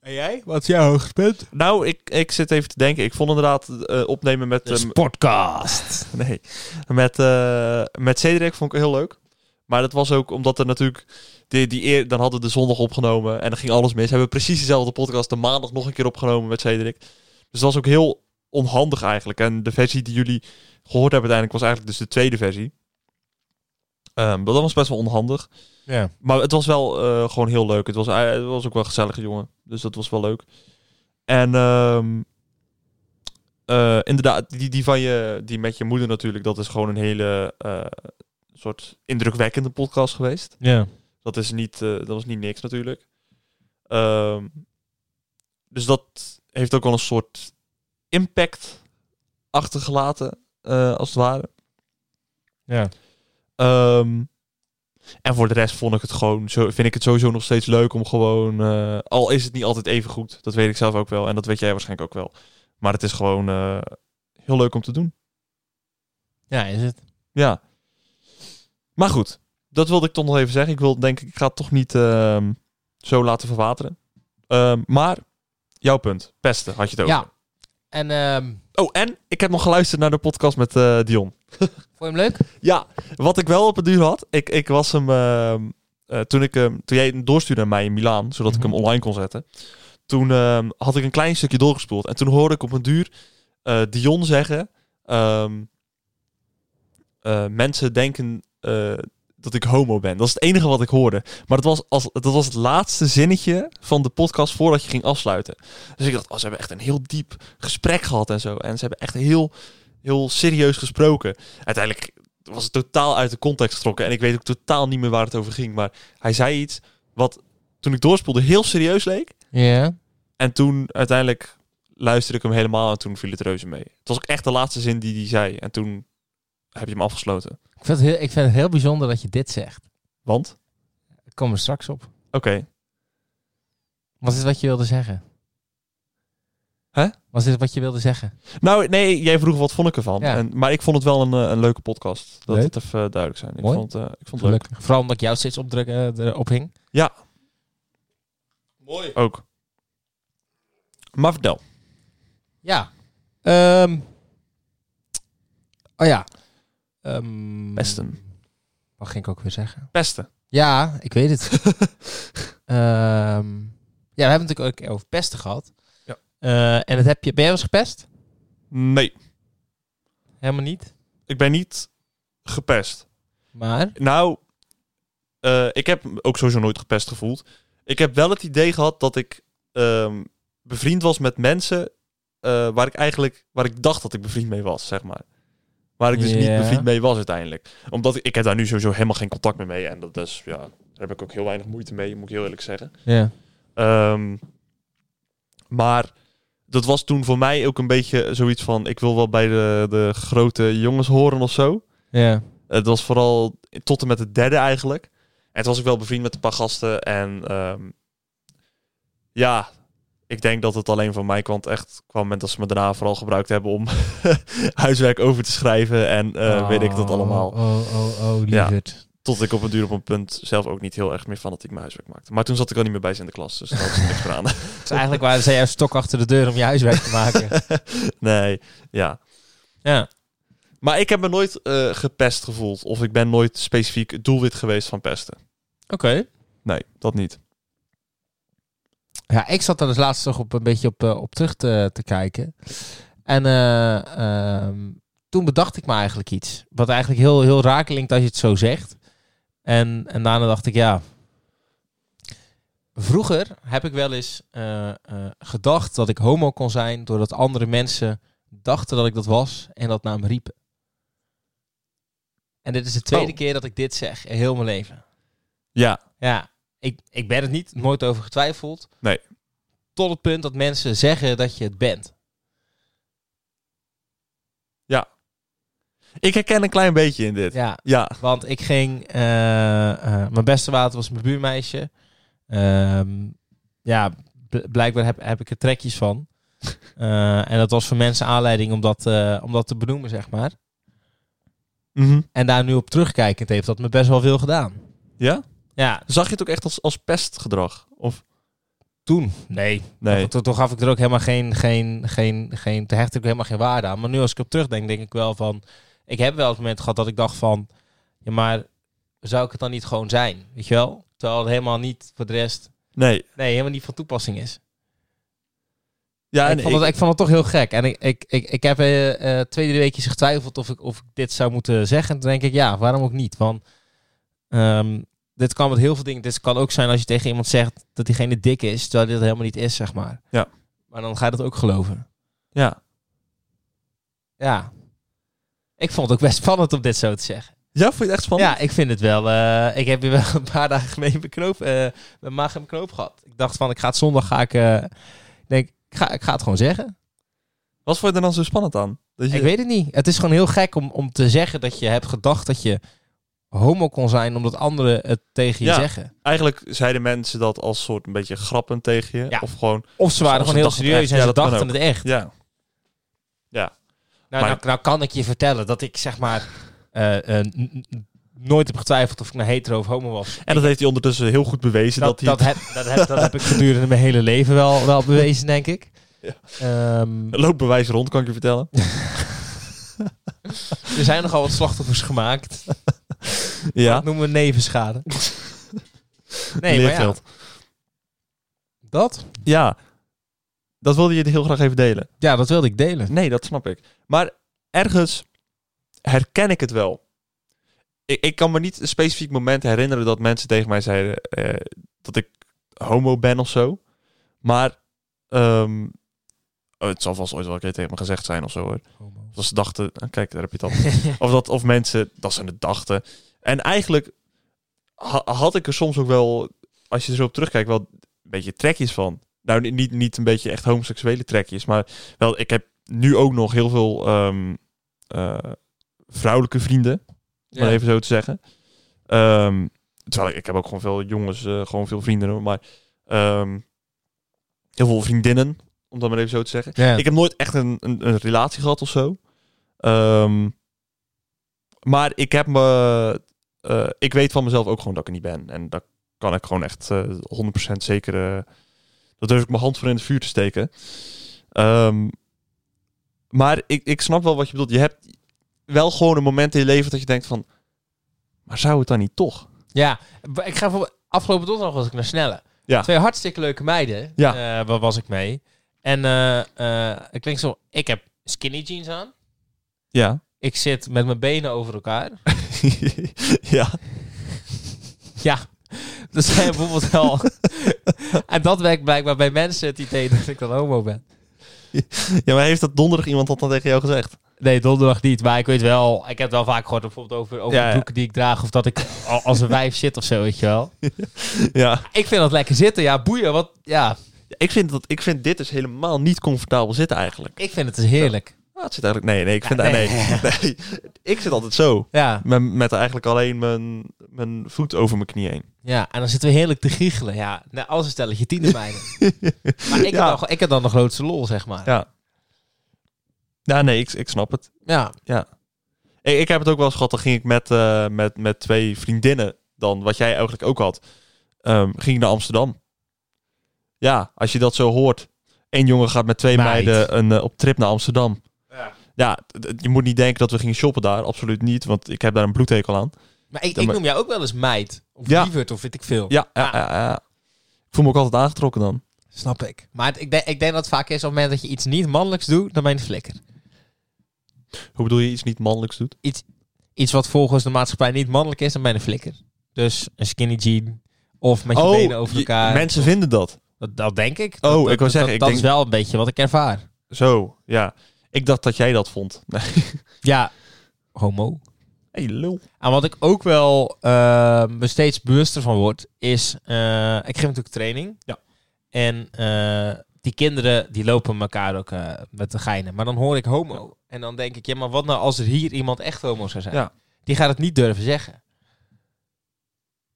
[SPEAKER 1] En jij? Wat is jouw hoogtepunt?
[SPEAKER 2] Nou, ik, ik zit even te denken. Ik vond inderdaad eh, opnemen met...
[SPEAKER 1] De
[SPEAKER 2] eh,
[SPEAKER 1] Dus podcast.
[SPEAKER 2] nee, met, eh, met Cedric vond ik heel leuk. Maar dat was ook omdat er natuurlijk... Die, die eer, dan hadden we de zondag opgenomen en dan ging alles mis. Hebben we precies dezelfde podcast de maandag nog een keer opgenomen met Cedric. Dus dat was ook heel onhandig eigenlijk. En de versie die jullie gehoord hebben uiteindelijk was eigenlijk dus de tweede versie. Ehm, dat was best wel onhandig.
[SPEAKER 1] Ja.
[SPEAKER 2] Maar het was wel eh, gewoon heel leuk. Het was, eh, het was ook wel een gezellige jongen. Dus dat was wel leuk. En ehm, eh, inderdaad, die, die van je, die met je moeder natuurlijk, dat is gewoon een hele eh, soort indrukwekkende podcast geweest.
[SPEAKER 1] ja.
[SPEAKER 2] Dat is niet, eh, dat was niet niks natuurlijk. Ehm, dus dat heeft ook wel een soort impact achtergelaten, eh, als het ware.
[SPEAKER 1] Ja.
[SPEAKER 2] Ehm, En voor de rest vond ik het gewoon, zo, vind ik het sowieso nog steeds leuk om gewoon, eh, al is het niet altijd even goed, dat weet ik zelf ook wel en dat weet jij waarschijnlijk ook wel. Maar het is gewoon eh, heel leuk om te doen.
[SPEAKER 1] Ja, is het.
[SPEAKER 2] Ja. Maar goed, dat wilde ik toch nog even zeggen. Ik wil denk ik, ik ga het toch niet ehm, zo laten verwateren. Ehm, maar, jouw punt. Pesten, had je het over.
[SPEAKER 1] Ja. En ehm,
[SPEAKER 2] Oh, en ik heb nog geluisterd naar de podcast met eh, Dion.
[SPEAKER 1] vond je hem leuk?
[SPEAKER 2] Ja, wat ik wel op het duur had, ik, ik was hem. ehm, eh, toen, ik, hem- toen jij hem doorstuurde naar mij in Milaan, zodat ik
[SPEAKER 1] Mhm.
[SPEAKER 2] hem online kon zetten. Toen ehm, had ik een klein stukje doorgespoeld. En toen hoorde ik op een duur eh, Dion zeggen: ehm, eh, Mensen denken eh, dat ik homo ben. Dat is het enige wat ik hoorde. Maar dat was, als, dat was het laatste zinnetje van de podcast voordat je ging afsluiten. Dus ik dacht, oh, ze hebben echt een heel diep gesprek gehad en zo. En ze hebben echt heel, heel serieus gesproken. Uiteindelijk was het totaal uit de context getrokken. En ik weet ook totaal niet meer waar het over ging. Maar hij zei iets wat toen ik doorspoelde heel serieus leek.
[SPEAKER 1] Ja.
[SPEAKER 2] En toen uiteindelijk luisterde ik hem helemaal en toen viel het reuze mee. Het was ook echt de laatste zin die hij zei. En toen heb je hem afgesloten.
[SPEAKER 1] Ik vind, het heel, ik vind het heel bijzonder dat je dit zegt.
[SPEAKER 2] Want?
[SPEAKER 1] Ik kom er straks op.
[SPEAKER 2] Oké.
[SPEAKER 1] Was dit wat je wilde zeggen?
[SPEAKER 2] Hè?
[SPEAKER 1] Was dit wat je wilde zeggen?
[SPEAKER 2] Nou, nee, jij vroeg wat vond ik ervan.
[SPEAKER 1] Ja.
[SPEAKER 2] En, maar ik vond het wel een, eh, een leuke podcast. Dat
[SPEAKER 1] Leuk.
[SPEAKER 2] het even eh, duidelijk zijn. Ik
[SPEAKER 1] Mooi.
[SPEAKER 2] vond, het, eh, ik vond het leuk.
[SPEAKER 1] Gelukkig. Vooral omdat ik jou steeds opdruk, eh, erop hing.
[SPEAKER 3] Mooi.
[SPEAKER 2] Ook. Maar vertel.
[SPEAKER 1] Ja. Ehm, oh ja. Ehm,
[SPEAKER 2] Pesten.
[SPEAKER 1] Wat ging ik ook weer zeggen?
[SPEAKER 2] Pesten.
[SPEAKER 1] Ja, ik weet het. Ehm, ja, we hebben het natuurlijk ook over pesten gehad.
[SPEAKER 2] Ja.
[SPEAKER 1] Eh, en dat heb je... Ben jij wel eens gepest?
[SPEAKER 2] Nee,
[SPEAKER 1] Helemaal niet.
[SPEAKER 2] ik ben niet gepest.
[SPEAKER 1] Maar...
[SPEAKER 2] Nou, eh, ik heb me ook sowieso nooit gepest gevoeld. Ik heb wel het idee gehad dat ik ehm, bevriend was met mensen eh, waar ik eigenlijk waar ik dacht dat ik bevriend mee was, zeg maar. Waar ik dus
[SPEAKER 1] Ja.
[SPEAKER 2] niet bevriend mee was uiteindelijk. Omdat ik, ik heb daar nu sowieso helemaal geen contact meer mee. En dat is, ja, daar heb ik ook heel weinig moeite mee, moet ik heel eerlijk zeggen.
[SPEAKER 1] Ja.
[SPEAKER 2] Ehm, maar dat was toen voor mij ook een beetje zoiets van... ik wil wel bij de, de grote jongens horen of zo.
[SPEAKER 1] Ja.
[SPEAKER 2] Het was vooral tot en met het derde eigenlijk. En toen was ik wel bevriend met een paar gasten. En ehm, ja, ik denk dat het alleen van mijn kant echt kwam. En dat ze me daarna vooral gebruikt hebben om huiswerk over te schrijven. En eh,
[SPEAKER 1] Ah.
[SPEAKER 2] weet ik dat allemaal.
[SPEAKER 1] Oh, oh, oh,
[SPEAKER 2] Ja.
[SPEAKER 1] lieverd.
[SPEAKER 2] Tot ik op een duur op een punt zelf ook niet heel erg meer fanatiek mijn huiswerk maakte. Maar toen zat ik al niet meer bij ze in de klas. Dus daar had ik niks meer aan.
[SPEAKER 1] Dus eigenlijk waren zij jouw stok achter de deur om je huiswerk te maken.
[SPEAKER 2] nee, ja.
[SPEAKER 1] Ja.
[SPEAKER 2] Maar ik heb me nooit eh, gepest gevoeld. Of ik ben nooit specifiek het doelwit geweest van pesten.
[SPEAKER 1] Oké.
[SPEAKER 2] Nee, dat niet.
[SPEAKER 1] Ja, ik zat er dus laatst nog op een beetje op, eh, op terug te, te kijken. En eh, ehm, toen bedacht ik me eigenlijk iets. Wat eigenlijk heel, heel raar klinkt als je het zo zegt. En, en daarna dacht ik, ja. Vroeger heb ik wel eens eh, eh, gedacht dat ik homo kon zijn. doordat andere mensen dachten dat ik dat was en dat naar me riepen. En dit is de tweede
[SPEAKER 2] Oh.
[SPEAKER 1] keer dat ik dit zeg in heel mijn leven.
[SPEAKER 2] Ja,
[SPEAKER 1] Ja, ik, ik ben het niet, nooit over getwijfeld.
[SPEAKER 2] Nee.
[SPEAKER 1] Tot het punt dat mensen zeggen dat je het bent.
[SPEAKER 2] Ik herken een klein beetje in dit. Ja.
[SPEAKER 1] Ja, want ik ging... eh, eh, mijn beste water was mijn buurmeisje. Ehm, ja, bl- blijkbaar heb, heb ik er trekjes van. Eh, en dat was voor mensen aanleiding om dat, eh, om dat te benoemen, zeg maar.
[SPEAKER 2] Mhm.
[SPEAKER 1] En daar nu op terugkijkend heeft dat me best wel veel gedaan.
[SPEAKER 2] ja?
[SPEAKER 1] Ja,
[SPEAKER 2] Zag je het ook echt als, als pestgedrag? Of?
[SPEAKER 1] toen. Nee,
[SPEAKER 2] Nee.
[SPEAKER 1] Want Toen, toen gaf ik er ook helemaal geen, geen, geen, geen, te hecht ik er helemaal geen waarde aan. Maar nu als ik op terugdenk, denk ik wel van, ik heb wel eens moment gehad dat ik dacht van, ja maar, zou ik het dan niet gewoon zijn? Weet je wel? Terwijl het helemaal niet voor de rest,
[SPEAKER 2] Nee.
[SPEAKER 1] nee, helemaal niet van toepassing is.
[SPEAKER 2] Ja,
[SPEAKER 1] ik,
[SPEAKER 2] en
[SPEAKER 1] vond het, ik vond het toch heel gek. En ik, ik, ik, ik heb eh, eh, twee, drie weekjes getwijfeld of ik, of ik dit zou moeten zeggen. En toen denk ik, ja, waarom ook niet? Want ehm, dit kan met heel veel dingen. Dit kan ook zijn als je tegen iemand zegt dat diegene dik is, terwijl dit helemaal niet is, zeg maar.
[SPEAKER 2] Ja.
[SPEAKER 1] Maar dan ga je dat ook geloven.
[SPEAKER 2] ja.
[SPEAKER 1] Ja. Ik vond het ook best spannend om dit zo te zeggen.
[SPEAKER 2] ja, vond je het echt spannend?
[SPEAKER 1] Ja, ik vind het wel. eh, ik heb hier wel een paar dagen mee mijn, knoop, eh, mijn maag en mijn knoop gehad. Ik dacht van, ik ga het zondag, ga ik... eh, ik denk, ik ga, ik ga het gewoon zeggen.
[SPEAKER 2] Wat vond je er dan
[SPEAKER 1] Dus, eh,
[SPEAKER 2] zo spannend aan? Dat je...
[SPEAKER 1] Ik weet het niet. Het is gewoon heel gek om, om te zeggen dat je hebt gedacht dat je homo kon zijn omdat anderen het tegen je
[SPEAKER 2] Ja.
[SPEAKER 1] zeggen.
[SPEAKER 2] Eigenlijk zeiden mensen dat als soort een beetje grappen tegen je.
[SPEAKER 1] Ja.
[SPEAKER 2] Of gewoon,
[SPEAKER 1] Of ze waren
[SPEAKER 2] Of ze
[SPEAKER 1] gewoon heel
[SPEAKER 2] dachten het
[SPEAKER 1] serieus
[SPEAKER 2] echt.
[SPEAKER 1] en
[SPEAKER 2] Ja,
[SPEAKER 1] ze
[SPEAKER 2] dat kan
[SPEAKER 1] dachten het echt.
[SPEAKER 2] ja.
[SPEAKER 1] Nou,
[SPEAKER 2] Maar-
[SPEAKER 1] nou, nou kan ik je vertellen dat ik zeg maar eh, eh, n- n- nooit heb getwijfeld of ik nou hetero of homo was.
[SPEAKER 2] En dat heeft hij ondertussen heel goed bewezen. Dat,
[SPEAKER 1] Dat,
[SPEAKER 2] hij
[SPEAKER 1] dat, heb, dat, heb, dat heb ik gedurende mijn hele leven wel, wel bewezen, denk ik.
[SPEAKER 2] Ja.
[SPEAKER 1] Ehm,
[SPEAKER 2] loopbewijs rond, kan ik je vertellen.
[SPEAKER 1] er zijn nogal wat slachtoffers gemaakt.
[SPEAKER 2] ja.
[SPEAKER 1] Dat noemen we nevenschade. Nee, maar ja,
[SPEAKER 2] Leergeld.
[SPEAKER 1] dat,
[SPEAKER 2] Ja. Dat wilde je heel graag even delen.
[SPEAKER 1] ja, dat wilde ik delen.
[SPEAKER 2] Nee, dat snap ik. Maar ergens herken ik het wel. Ik, ik kan me niet een specifiek moment herinneren dat mensen tegen mij zeiden eh, dat ik homo ben of zo. Maar ehm, oh, het zal vast ooit wel een keer tegen me gezegd zijn of zo hoor. Of dat ze dachten, ah, kijk, daar heb je het al. of, dat, of mensen, dat ze het dachten. En eigenlijk ha- had ik er soms ook wel, als je er zo op terugkijkt, wel een beetje trekjes van. Nou, ni- niet, niet een beetje echt homoseksuele trekjes, maar wel, ik heb nu ook nog heel veel ehm, eh, vrouwelijke vrienden, om
[SPEAKER 1] Ja.
[SPEAKER 2] maar even zo te zeggen. Ehm, terwijl ik, ik heb ook gewoon veel jongens, eh, gewoon veel vrienden, hoor, maar ehm, heel veel vriendinnen, om dat maar even zo te zeggen.
[SPEAKER 1] Ja.
[SPEAKER 2] Ik heb nooit echt een, een, een relatie gehad of zo. Ehm, maar ik heb me. eh, ik weet van mezelf ook gewoon dat ik er niet ben. En daar kan ik gewoon echt eh 100% zeker. eh, dat durf ik mijn hand voor in het vuur te steken. Ehm, maar ik, ik snap wel wat je bedoelt. Je hebt wel gewoon een moment in je leven dat je denkt van. Maar zou het dan niet toch?
[SPEAKER 1] Ja, w- ik ga voor afgelopen donderdag was ik naar Snelle.
[SPEAKER 2] Ja.
[SPEAKER 1] Twee hartstikke leuke meiden.
[SPEAKER 2] Ja.
[SPEAKER 1] eh, waar was ik mee? En eh, eh, het klinkt zo. Ik heb skinny jeans aan.
[SPEAKER 2] Ja.
[SPEAKER 1] Ik zit met mijn benen over elkaar.
[SPEAKER 2] ja.
[SPEAKER 1] ja. Dat zijn bijvoorbeeld wel. en dat werkt blijkbaar bij mensen het idee dat ik dan homo ben.
[SPEAKER 2] Ja, maar heeft dat donderdag iemand dat dan tegen jou gezegd?
[SPEAKER 1] Nee, donderdag niet. Maar ik weet wel. Ik heb het wel vaak gehoord bijvoorbeeld over, over
[SPEAKER 2] Ja,
[SPEAKER 1] de
[SPEAKER 2] ja.
[SPEAKER 1] broeken die ik draag. Of dat ik al- als een wijf zit of zo, weet je wel.
[SPEAKER 2] Ja.
[SPEAKER 1] Ik vind dat lekker zitten. Ja, boeien. Wat, ja,
[SPEAKER 2] Ja, Ik vind, dat, ik vind dit dus helemaal niet comfortabel zitten eigenlijk.
[SPEAKER 1] ik vind het dus heerlijk.
[SPEAKER 2] Ah, het zit eigenlijk... Nee, nee, ik vind...
[SPEAKER 1] Ja,
[SPEAKER 2] nee.
[SPEAKER 1] nee.
[SPEAKER 2] Nee, Ik zit altijd zo.
[SPEAKER 1] Ja.
[SPEAKER 2] Met, met eigenlijk alleen mijn, mijn voet over mijn knie heen.
[SPEAKER 1] Ja, en dan zitten we heerlijk te giechelen. Ja, nou, als een stelletje tienermeiden. maar ik,
[SPEAKER 2] Ja.
[SPEAKER 1] heb dan, ik heb dan de grootste lol, zeg maar.
[SPEAKER 2] Ja. Ja, nee, ik, ik snap het.
[SPEAKER 1] Ja.
[SPEAKER 2] Ik, ik heb het ook wel eens gehad. Dan ging ik met, eh, met, met twee vriendinnen dan, wat jij eigenlijk ook had, ehm, ging ik naar Amsterdam. Ja, als je dat zo hoort. Één jongen gaat met twee
[SPEAKER 1] Meid.
[SPEAKER 2] meiden een, eh, op trip naar Amsterdam. Ja, d- d- je moet niet denken dat we gingen shoppen daar. Absoluut niet, want ik heb daar een bloedhekel aan.
[SPEAKER 1] Maar ik,
[SPEAKER 2] Ja,
[SPEAKER 1] ik
[SPEAKER 2] maar-
[SPEAKER 1] noem jou ook wel eens meid. Of
[SPEAKER 2] Ja.
[SPEAKER 1] lieverd, of weet ik veel.
[SPEAKER 2] Ja, ja, ja, ja, ja. Ik voel me ook altijd aangetrokken dan.
[SPEAKER 1] Snap ik. Maar het- ik, denk, ik denk dat het vaak is op het moment dat je iets niet mannelijks doet, dan ben je een flikker.
[SPEAKER 2] Hoe bedoel je iets niet mannelijks doet?
[SPEAKER 1] Iets wat volgens de maatschappij niet mannelijk is, dan ben je een flikker. Dus een skinny jean of met je benen over
[SPEAKER 2] Oh, je-
[SPEAKER 1] elkaar.
[SPEAKER 2] mensen vinden dat.
[SPEAKER 1] dat, dat denk ik.
[SPEAKER 2] Oh,
[SPEAKER 1] dat,
[SPEAKER 2] ik wou
[SPEAKER 1] dat-
[SPEAKER 2] zeggen,
[SPEAKER 1] dat,
[SPEAKER 2] ik
[SPEAKER 1] dat
[SPEAKER 2] denk-
[SPEAKER 1] is wel een beetje wat ik ervaar.
[SPEAKER 2] Zo, ja. Ik dacht dat jij dat vond. Nee.
[SPEAKER 1] Ja, homo.
[SPEAKER 2] Hey, lul.
[SPEAKER 1] En wat ik ook wel eh, me steeds bewuster van word, is... eh, ik geef natuurlijk training.
[SPEAKER 2] Ja.
[SPEAKER 1] En eh, die kinderen, die lopen elkaar ook eh, met de geinen. Maar dan hoor ik homo. En dan denk ik, ja, maar wat nou als er hier iemand echt homo zou zijn?
[SPEAKER 2] Ja.
[SPEAKER 1] Die gaat het niet durven zeggen.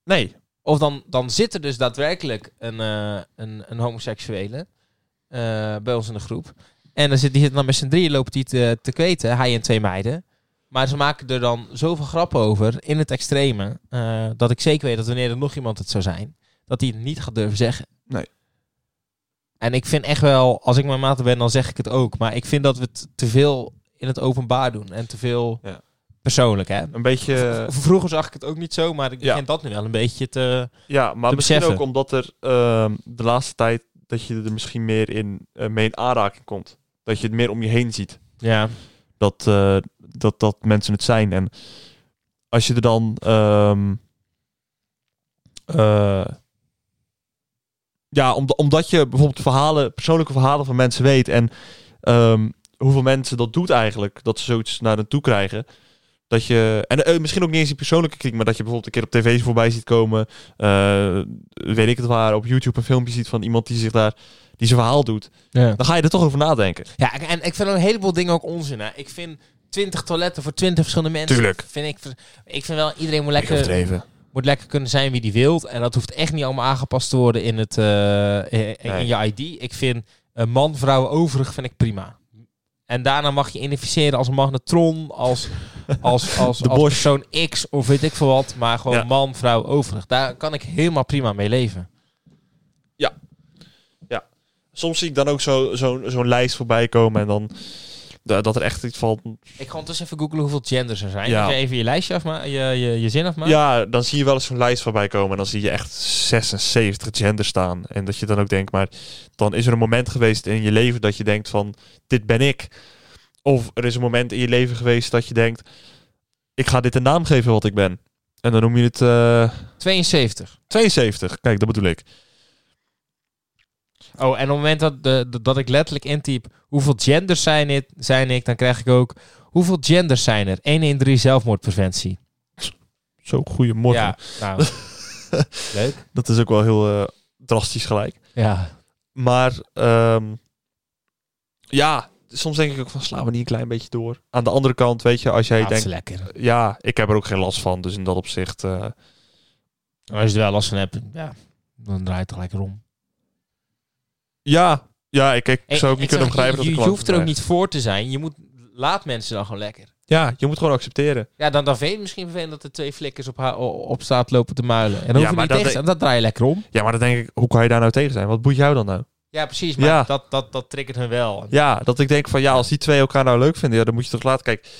[SPEAKER 2] Nee.
[SPEAKER 1] Of dan, dan zit er dus daadwerkelijk een, eh, een, een homoseksuele eh, bij ons in de groep. En dan zit, die zit dan met z'n drieën loopt die te, te kweten, hij en twee meiden. Maar ze maken er dan zoveel grappen over in het extreme. eh, dat ik zeker weet dat wanneer er nog iemand het zou zijn, dat hij het niet gaat durven zeggen.
[SPEAKER 2] Nee.
[SPEAKER 1] En ik vind echt wel, als ik mijn maten ben, dan zeg ik het ook. Maar ik vind dat we het te veel in het openbaar doen en te veel
[SPEAKER 2] Ja.
[SPEAKER 1] persoonlijk. Hè?
[SPEAKER 2] Een beetje...
[SPEAKER 1] V- Vroeger zag ik het ook niet zo, maar ik
[SPEAKER 2] Ja.
[SPEAKER 1] begin dat nu wel een beetje te.
[SPEAKER 2] Ja, maar
[SPEAKER 1] te
[SPEAKER 2] misschien
[SPEAKER 1] beseffen.
[SPEAKER 2] ook omdat er ehm, de laatste tijd... dat je er misschien meer in, eh, mee in aanraking komt. Dat je het meer om je heen ziet.
[SPEAKER 1] Ja.
[SPEAKER 2] dat, eh, dat, dat mensen het zijn. En als je er dan. ehm, eh, ja, omda- omdat je bijvoorbeeld verhalen, persoonlijke verhalen van mensen weet. En ehm, hoeveel mensen dat doet eigenlijk. Dat ze zoiets naar hen toe krijgen. Dat je, en eh, misschien ook niet eens die persoonlijke klik, maar dat je bijvoorbeeld een keer op tv's voorbij ziet komen. eh, weet ik het waar, op YouTube een filmpje ziet van iemand die zich daar, die zijn verhaal doet.
[SPEAKER 1] ja.
[SPEAKER 2] Dan ga je er toch over nadenken.
[SPEAKER 1] Ja, en ik vind een heleboel dingen ook onzin. Hè. Ik vind twintig toiletten voor twintig verschillende mensen.
[SPEAKER 2] Tuurlijk.
[SPEAKER 1] Vind ik, ver- ik vind wel, iedereen moet
[SPEAKER 2] Ik
[SPEAKER 1] lekker,
[SPEAKER 2] overdreven.
[SPEAKER 1] moet lekker kunnen zijn wie die wilt. En dat hoeft echt niet allemaal aangepast te worden in, het, eh, eh, in
[SPEAKER 2] Nee.
[SPEAKER 1] je ID. Ik vind eh, man, vrouw, overig vind ik prima. En daarna mag je identificeren als een magnetron, als, als, als,
[SPEAKER 2] De
[SPEAKER 1] als
[SPEAKER 2] Bosch.
[SPEAKER 1] persoon X of weet ik veel wat. Maar gewoon
[SPEAKER 2] Ja.
[SPEAKER 1] man, vrouw, overig. Daar kan ik helemaal prima mee leven.
[SPEAKER 2] Soms zie ik dan ook zo- zo'n zo'n lijst voorbij komen en dan da- dat er echt iets valt.
[SPEAKER 1] Ik ga ondertussen even googlen hoeveel genders er zijn.
[SPEAKER 2] Ja.
[SPEAKER 1] Als je even je lijstje afmaken, je, je, je zin afmaken.
[SPEAKER 2] Ja, dan zie je wel eens zo'n lijst voorbij komen en dan zie je echt 76 gender staan. En dat je dan ook denkt, maar dan is er een moment geweest in je leven dat je denkt van, dit ben ik. Of er is een moment in je leven geweest dat je denkt, ik ga dit een naam geven wat ik ben. En dan noem je het eh,
[SPEAKER 1] 72.
[SPEAKER 2] 72. Kijk, dat bedoel ik.
[SPEAKER 1] Oh, en op het moment dat, de, de- dat ik letterlijk intyp hoeveel genders zijn, het, zijn ik, dan krijg ik ook hoeveel genders zijn er? 113 zelfmoordpreventie.
[SPEAKER 2] Zo, goeiemorgen.
[SPEAKER 1] Ja, nou. Leuk.
[SPEAKER 2] Dat is ook wel heel eh, drastisch gelijk.
[SPEAKER 1] Ja.
[SPEAKER 2] Maar ehm, ja, soms denk ik ook van slaan we niet een klein beetje door. Aan de andere kant, weet je, als jij
[SPEAKER 1] dat is
[SPEAKER 2] denkt,
[SPEAKER 1] lekker.
[SPEAKER 2] ja, ik heb er ook geen last van. Dus in dat opzicht, eh,
[SPEAKER 1] Maar als je er wel last van hebt, ja, dan draait het gelijk om.
[SPEAKER 2] ja, ja, ik, ik zou ook niet kunnen begrijpen
[SPEAKER 1] je,
[SPEAKER 2] dat ik
[SPEAKER 1] je,
[SPEAKER 2] last
[SPEAKER 1] hoeft er
[SPEAKER 2] van
[SPEAKER 1] ook
[SPEAKER 2] krijg.
[SPEAKER 1] niet voor te zijn. Je moet, laat mensen dan gewoon lekker.
[SPEAKER 2] Ja, je moet gewoon accepteren.
[SPEAKER 1] Ja, dan, dan vind je het misschien vervelend dat er twee flikkers op, haar, op staat lopen te muilen. En dan hoef je
[SPEAKER 2] maar
[SPEAKER 1] niet
[SPEAKER 2] dat
[SPEAKER 1] tegen te zijn.
[SPEAKER 2] de-
[SPEAKER 1] Dat draai je lekker om.
[SPEAKER 2] Ja, maar dan denk ik, hoe kan je daar nou tegen zijn? Wat boeit jou dan nou?
[SPEAKER 1] Ja, precies. Maar
[SPEAKER 2] Ja.
[SPEAKER 1] Dat, dat, dat triggert hun wel.
[SPEAKER 2] Ja, dat ik denk van ja, als die twee elkaar nou leuk vinden, ja, dan moet je toch laten. Kijk,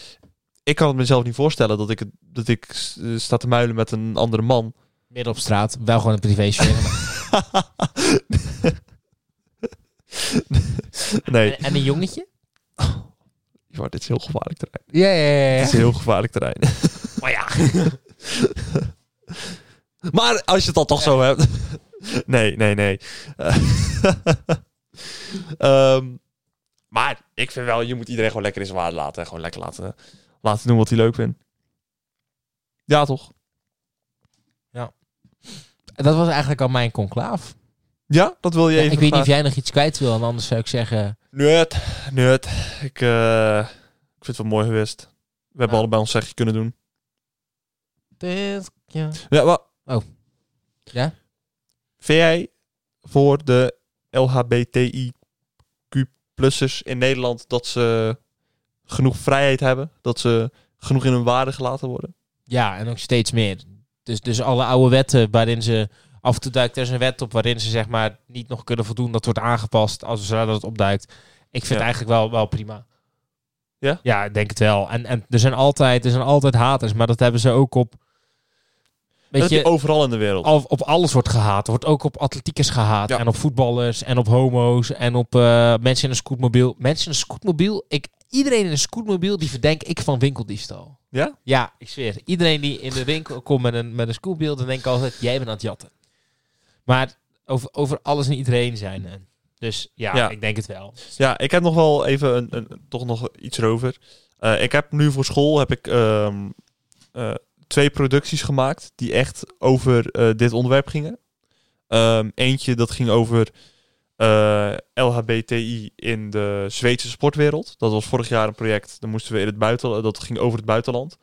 [SPEAKER 2] ik kan het mezelf niet voorstellen dat ik, het- dat ik eh, sta te muilen met een andere man.
[SPEAKER 1] Midden op straat, wel gewoon een privé sfeer.
[SPEAKER 2] nee,
[SPEAKER 1] en, en een jongetje?
[SPEAKER 2] maar dit is heel gevaarlijk terrein.
[SPEAKER 1] Ja, ja, ja.
[SPEAKER 2] Dit is heel gevaarlijk terrein.
[SPEAKER 1] Maar ja.
[SPEAKER 2] Maar als je het al toch zo hebt. Nee, nee, nee. Eh, Ehm, maar ik vind wel, je moet iedereen gewoon lekker in zijn waarde laten. en Gewoon lekker laten, laten doen wat hij leuk vindt. Ja, toch?
[SPEAKER 1] Dat was eigenlijk al mijn conclaaf.
[SPEAKER 2] Ja, dat wil je
[SPEAKER 1] Ja, ik
[SPEAKER 2] even
[SPEAKER 1] weet niet of jij nog iets kwijt wil, en anders zou ik zeggen...
[SPEAKER 2] Nerd, nerd. Ik, eh, ik vind het wel mooi geweest. We hebben
[SPEAKER 1] Nou.
[SPEAKER 2] allebei ons zegje kunnen doen.
[SPEAKER 1] Dit, ja.
[SPEAKER 2] Ja, maar...
[SPEAKER 1] Oh. Ja?
[SPEAKER 2] Vind jij voor de LHBTIQ-plussers in Nederland dat ze genoeg vrijheid hebben? Dat ze genoeg in hun waarde gelaten worden?
[SPEAKER 1] Ja, en ook steeds meer. Dus, dus alle oude wetten waarin ze... Af en toe duikt er eens een wet op waarin ze zeg maar niet nog kunnen voldoen. Dat wordt aangepast als zodra dat het opduikt. Ik vind het
[SPEAKER 2] Ja.
[SPEAKER 1] eigenlijk wel, wel prima.
[SPEAKER 2] Ja?
[SPEAKER 1] Ja, ik denk het wel. En, en er, zijn altijd, er zijn altijd haters, maar dat hebben ze ook op...
[SPEAKER 2] dat heb je overal in de wereld.
[SPEAKER 1] Al- op alles wordt gehaat. Er wordt ook op atletiekers gehaat.
[SPEAKER 2] Ja.
[SPEAKER 1] En op voetballers. En op homo's. En op eh, mensen in een scootmobiel. Mensen in een scootmobiel. Ik, iedereen in een scootmobiel, die verdenk ik van winkeldiefstal.
[SPEAKER 2] Ja?
[SPEAKER 1] Ja, ik zweer. het. Iedereen die in de winkel komt met een, met een scootmobiel, dan denk ik altijd, jij bent aan het jatten. Maar over, over alles en iedereen zijn. hè. Dus ja,
[SPEAKER 2] Ja.
[SPEAKER 1] ik denk het wel.
[SPEAKER 2] Ja, ik heb nog wel even een, een, toch nog iets erover. Eh, ik heb nu voor school heb ik, ehm, eh, twee producties gemaakt die echt over eh, dit onderwerp gingen. Ehm, eentje dat ging over eh, LHBTI in de Zweedse sportwereld. Dat was vorig jaar een project. Dan moesten we in het buitenland. Dat ging over het buitenland.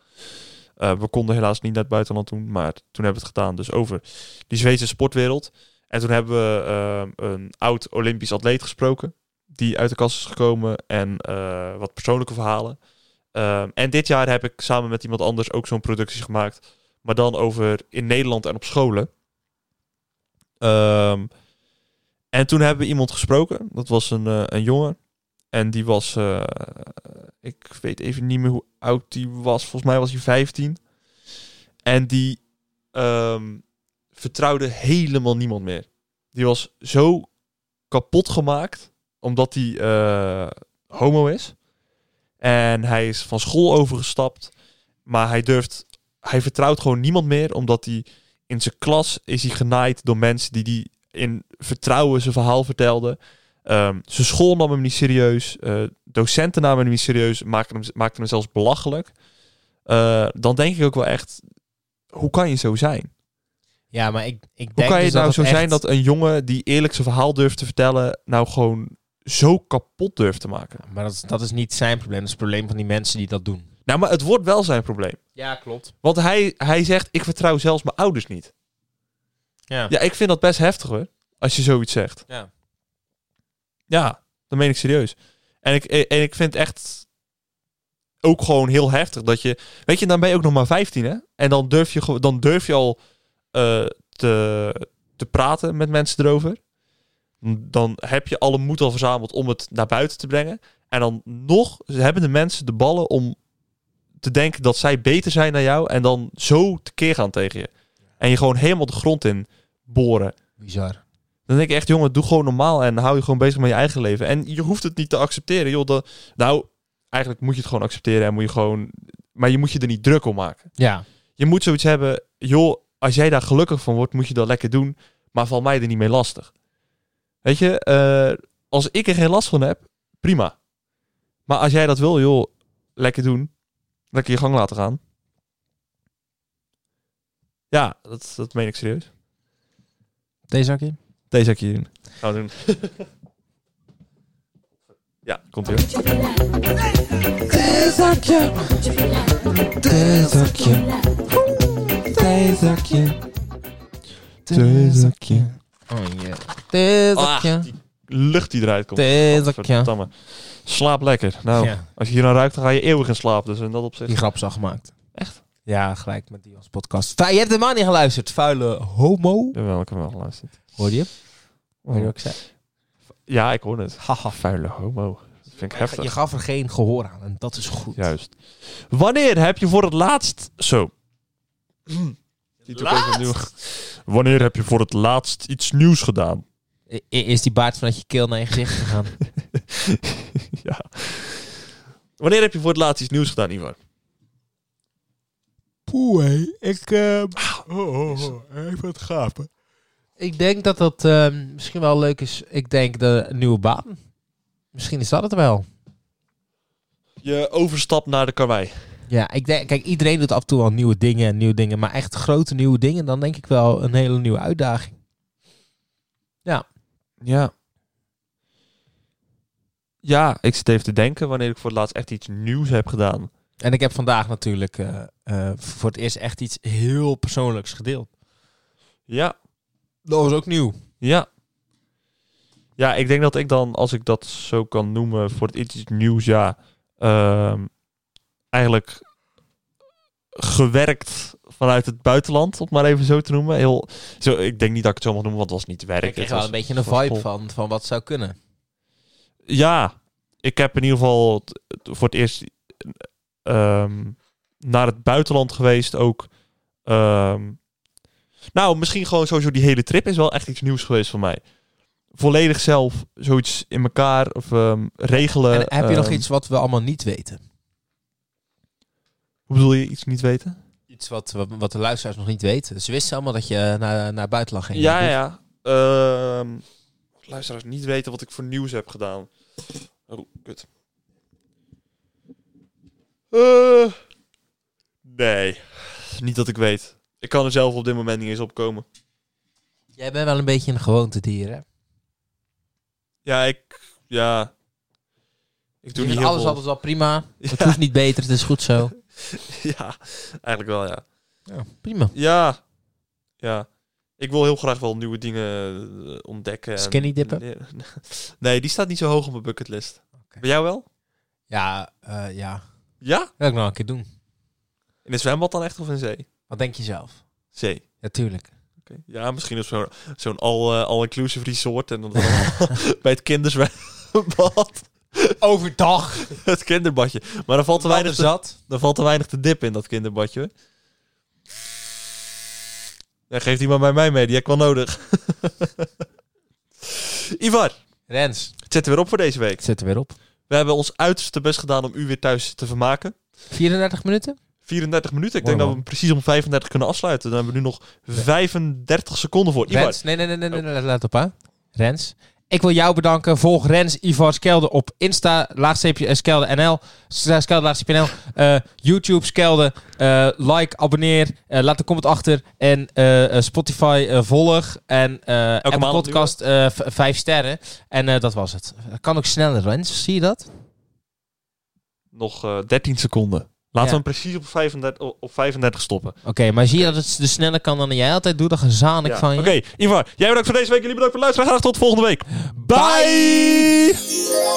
[SPEAKER 2] Eh, we konden helaas niet naar het buitenland toen, maar toen hebben we het gedaan. Dus over die Zweedse sportwereld. En toen hebben we ehm, een oud Olympisch atleet gesproken die uit de kast is gekomen en eh, wat persoonlijke verhalen. Ehm, en dit jaar heb ik samen met iemand anders ook zo'n productie gemaakt, maar dan over in Nederland en op scholen. Ehm, en toen hebben we iemand gesproken, dat was een, eh, een jongen. En die was, eh, ik weet even niet meer hoe oud die was, volgens mij was hij 15. En die ehm, vertrouwde helemaal niemand meer. Die was zo kapot gemaakt omdat hij eh, homo is. En hij is van school overgestapt. Maar hij durft, hij vertrouwt gewoon niemand meer. Omdat hij in zijn klas is hij genaaid door mensen die die in vertrouwen zijn verhaal vertelden. Ehm, zijn school nam hem niet serieus. eh, docenten namen hem niet serieus. Maakten hem, maakten hem zelfs belachelijk. Eh, dan denk ik ook wel echt, hoe kan je zo zijn?
[SPEAKER 1] Ja, maar ik, ik denk
[SPEAKER 2] Hoe kan je
[SPEAKER 1] dus
[SPEAKER 2] nou
[SPEAKER 1] dat
[SPEAKER 2] zo
[SPEAKER 1] het echt-
[SPEAKER 2] zijn dat een jongen die eerlijk zijn verhaal durft te vertellen, nou gewoon zo kapot durft te maken.
[SPEAKER 1] Maar dat is, dat is niet zijn probleem. Dat is het probleem van die mensen die dat doen.
[SPEAKER 2] Nou, maar het wordt wel zijn probleem.
[SPEAKER 1] Ja, klopt.
[SPEAKER 2] Want hij, hij zegt, ik vertrouw zelfs mijn ouders niet.
[SPEAKER 1] Ja.
[SPEAKER 2] Ja, ik vind dat best heftig hoor, als je zoiets zegt.
[SPEAKER 1] Ja.
[SPEAKER 2] Ja, dat meen ik serieus. En ik, eh, en ik vind echt ook gewoon heel heftig dat je... Weet je, dan ben je ook nog maar 15 hè? En dan durf je, gewoon- dan durf je al eh, te, te praten met mensen erover. Dan heb je alle moed al verzameld om het naar buiten te brengen. En dan nog hebben de mensen de ballen om te denken dat zij beter zijn dan jou. En dan zo tekeer gaan tegen je. En je gewoon helemaal de grond in boren.
[SPEAKER 1] Bizar.
[SPEAKER 2] Dan denk ik echt, jongen, doe gewoon normaal en hou je gewoon bezig met je eigen leven. En je hoeft het niet te accepteren, joh. Dat, nou, eigenlijk moet je het gewoon accepteren en moet je gewoon... Maar je moet je er niet druk om maken.
[SPEAKER 1] Ja.
[SPEAKER 2] Je moet zoiets hebben, joh, als jij daar gelukkig van wordt, moet je dat lekker doen. Maar val mij er niet mee lastig. Weet je, eh, als ik er geen last van heb, prima. Maar als jij dat wil, joh, lekker doen. Lekker je gang laten gaan. Ja, dat, dat meen ik serieus.
[SPEAKER 1] Deze zakje?
[SPEAKER 2] Deze heb ik hier doen. Gaan we doen. ja, komt weer.
[SPEAKER 1] Deze zakje. Deze zakje. Deze zakje.
[SPEAKER 2] Deze zakje.
[SPEAKER 1] Oh yeah. Deze zakje.
[SPEAKER 2] Ah, die lucht die eruit komt.
[SPEAKER 1] Deze zakje.
[SPEAKER 2] Verdamme. Slaap lekker. Nou,
[SPEAKER 1] Ja.
[SPEAKER 2] als je hier aan ruikt, dan ga je eeuwig in slaap. Dus in dat
[SPEAKER 1] Oh, Die
[SPEAKER 2] opzicht.
[SPEAKER 1] grap is al gemaakt.
[SPEAKER 2] Echt?
[SPEAKER 1] Ja, gelijk met die ons podcast. Va- Je hebt helemaal niet geluisterd. Vuile homo.
[SPEAKER 2] Jawel, ik heb wel geluisterd.
[SPEAKER 1] Hoorde je? Hoorde je ook zei?
[SPEAKER 2] Ja, ik hoor het. Haha, vuile homo. Dat vind ik
[SPEAKER 1] Je
[SPEAKER 2] heftig.
[SPEAKER 1] gaf er geen gehoor aan en dat is goed.
[SPEAKER 2] Juist. Wanneer heb je voor het laatst... Zo. Ziet ook even opnieuw. Wanneer heb je voor het laatst iets nieuws gedaan?
[SPEAKER 1] I- Is die baard vanuit je keel naar je gezicht gegaan?
[SPEAKER 2] ja. Wanneer heb je voor het laatst iets nieuws gedaan, Ivar?
[SPEAKER 1] Poeh, hé. ik... ehm, oh.
[SPEAKER 2] Even het gapen.
[SPEAKER 1] Ik denk dat dat ehm, misschien wel leuk is. Ik denk de nieuwe baan. Misschien is dat het wel.
[SPEAKER 2] Je overstapt naar de karwei.
[SPEAKER 1] Ja, ik denk, kijk, iedereen doet af en toe wel nieuwe dingen en nieuwe dingen. Maar echt grote nieuwe dingen, dan denk ik wel een hele nieuwe uitdaging.
[SPEAKER 2] Ja. Ja, ik zit even te denken wanneer ik voor het laatst echt iets nieuws heb gedaan.
[SPEAKER 1] En ik heb vandaag natuurlijk eh, eh, voor het eerst echt iets heel persoonlijks gedeeld.
[SPEAKER 2] Ja,
[SPEAKER 1] Dat was ook nieuw.
[SPEAKER 2] ja. Ja, ik denk dat ik dan, als ik dat zo kan noemen, voor het iets nieuws, ja, ehm, eigenlijk gewerkt vanuit het buitenland, om het maar even zo te noemen. Heel, zo, ik denk niet dat ik het zo mag noemen, want het was niet werk.
[SPEAKER 1] Ik kreeg
[SPEAKER 2] het
[SPEAKER 1] wel
[SPEAKER 2] was-
[SPEAKER 1] een beetje een
[SPEAKER 2] was
[SPEAKER 1] vibe
[SPEAKER 2] school.
[SPEAKER 1] van, van wat zou kunnen.
[SPEAKER 2] Ja, ik heb in ieder geval t- t- voor het eerst ehm, naar het buitenland geweest ook. Ehm, nou, misschien gewoon sowieso die hele trip is wel echt iets nieuws geweest voor mij. Volledig zelf zoiets in elkaar of ehm, regelen.
[SPEAKER 1] En heb je nog
[SPEAKER 2] ehm,
[SPEAKER 1] iets wat we allemaal niet weten?
[SPEAKER 2] Hoe bedoel je iets niet weten?
[SPEAKER 1] Iets wat, wat, wat de luisteraars nog niet weten. Ze wisten allemaal dat je eh, naar, naar buitenland ging.
[SPEAKER 2] Ja, ja. Ehm luisteraars niet weten wat ik voor nieuws heb gedaan. Oh, kut. Eh, nee, niet dat ik weet. Ik kan er zelf op dit moment niet eens opkomen.
[SPEAKER 1] Jij bent wel een beetje een gewoontedier, hè?
[SPEAKER 2] Ja, ik... Ja... Ik doe
[SPEAKER 1] Je vindt
[SPEAKER 2] niet heel
[SPEAKER 1] Dus alles
[SPEAKER 2] veel.
[SPEAKER 1] altijd wel prima. Het
[SPEAKER 2] Ja.
[SPEAKER 1] hoeft niet beter, het is goed zo.
[SPEAKER 2] Ja, eigenlijk wel, ja.
[SPEAKER 1] Prima.
[SPEAKER 2] Ja. Ja. Ik wil heel graag wel nieuwe dingen eh, ontdekken. en-
[SPEAKER 1] Skinny dippen?
[SPEAKER 2] Nee, die staat niet zo hoog op mijn bucketlist.
[SPEAKER 1] Oké.
[SPEAKER 2] Bij jou wel?
[SPEAKER 1] Ja, eh, ja.
[SPEAKER 2] Ja?
[SPEAKER 1] Dat wil ik nog een keer doen.
[SPEAKER 2] In een zwembad dan echt of in zee?
[SPEAKER 1] Wat denk je zelf?
[SPEAKER 2] Zee.
[SPEAKER 1] Natuurlijk.
[SPEAKER 2] Oké. Ja, misschien op zo'n zo'n all, eh, all-inclusive resort en dan bij het kinderzwembad.
[SPEAKER 1] Overdag.
[SPEAKER 2] het kinderbadje. Maar er valt, te weinig te,
[SPEAKER 1] zat.
[SPEAKER 2] er valt te weinig te dippen in dat kinderbadje. hoor. Ja, geef die maar bij mij mee, die heb ik wel nodig. Ivar,
[SPEAKER 1] Rens,
[SPEAKER 2] het zit er weer op voor deze week.
[SPEAKER 1] ik zit er weer op.
[SPEAKER 2] We hebben ons uiterste best gedaan om u weer thuis te vermaken.
[SPEAKER 1] 34 minuten?
[SPEAKER 2] 34 minuten. Ik
[SPEAKER 1] Mooi,
[SPEAKER 2] denk dat we
[SPEAKER 1] man.
[SPEAKER 2] hem precies om 35 kunnen afsluiten. Dan hebben we nu nog 35 seconden voor. Ivar, Oh.
[SPEAKER 1] Rens, nee, nee, nee, nee, nee, nee, laat op, hè. Rens, Ik wil jou bedanken. Volg Rens Ivar Skelde op Insta, laagstreepje eh, Skelde NL, Sk- Skelde laagstreepje NL, eh, YouTube Skelde. Eh, like, abonneer, eh, laat een comment achter en eh, eh, Spotify eh, volg en eh Apple
[SPEAKER 2] maand
[SPEAKER 1] Podcast eh, v- vijf sterren. En eh, dat was het. Kan ook sneller, Rens. Zie je dat?
[SPEAKER 2] Nog eh 13 seconden. Laten
[SPEAKER 1] Ja.
[SPEAKER 2] we hem precies op 35, op 35 stoppen.
[SPEAKER 1] Oké, maar zie je dat het dus sneller kan dan jij altijd doet? Dan gezaan ik
[SPEAKER 2] Ja.
[SPEAKER 1] van je.
[SPEAKER 2] Oké, Ivar, jij bedankt voor deze week. Jullie bedankt voor het luisteren. Graag tot volgende week. Bye!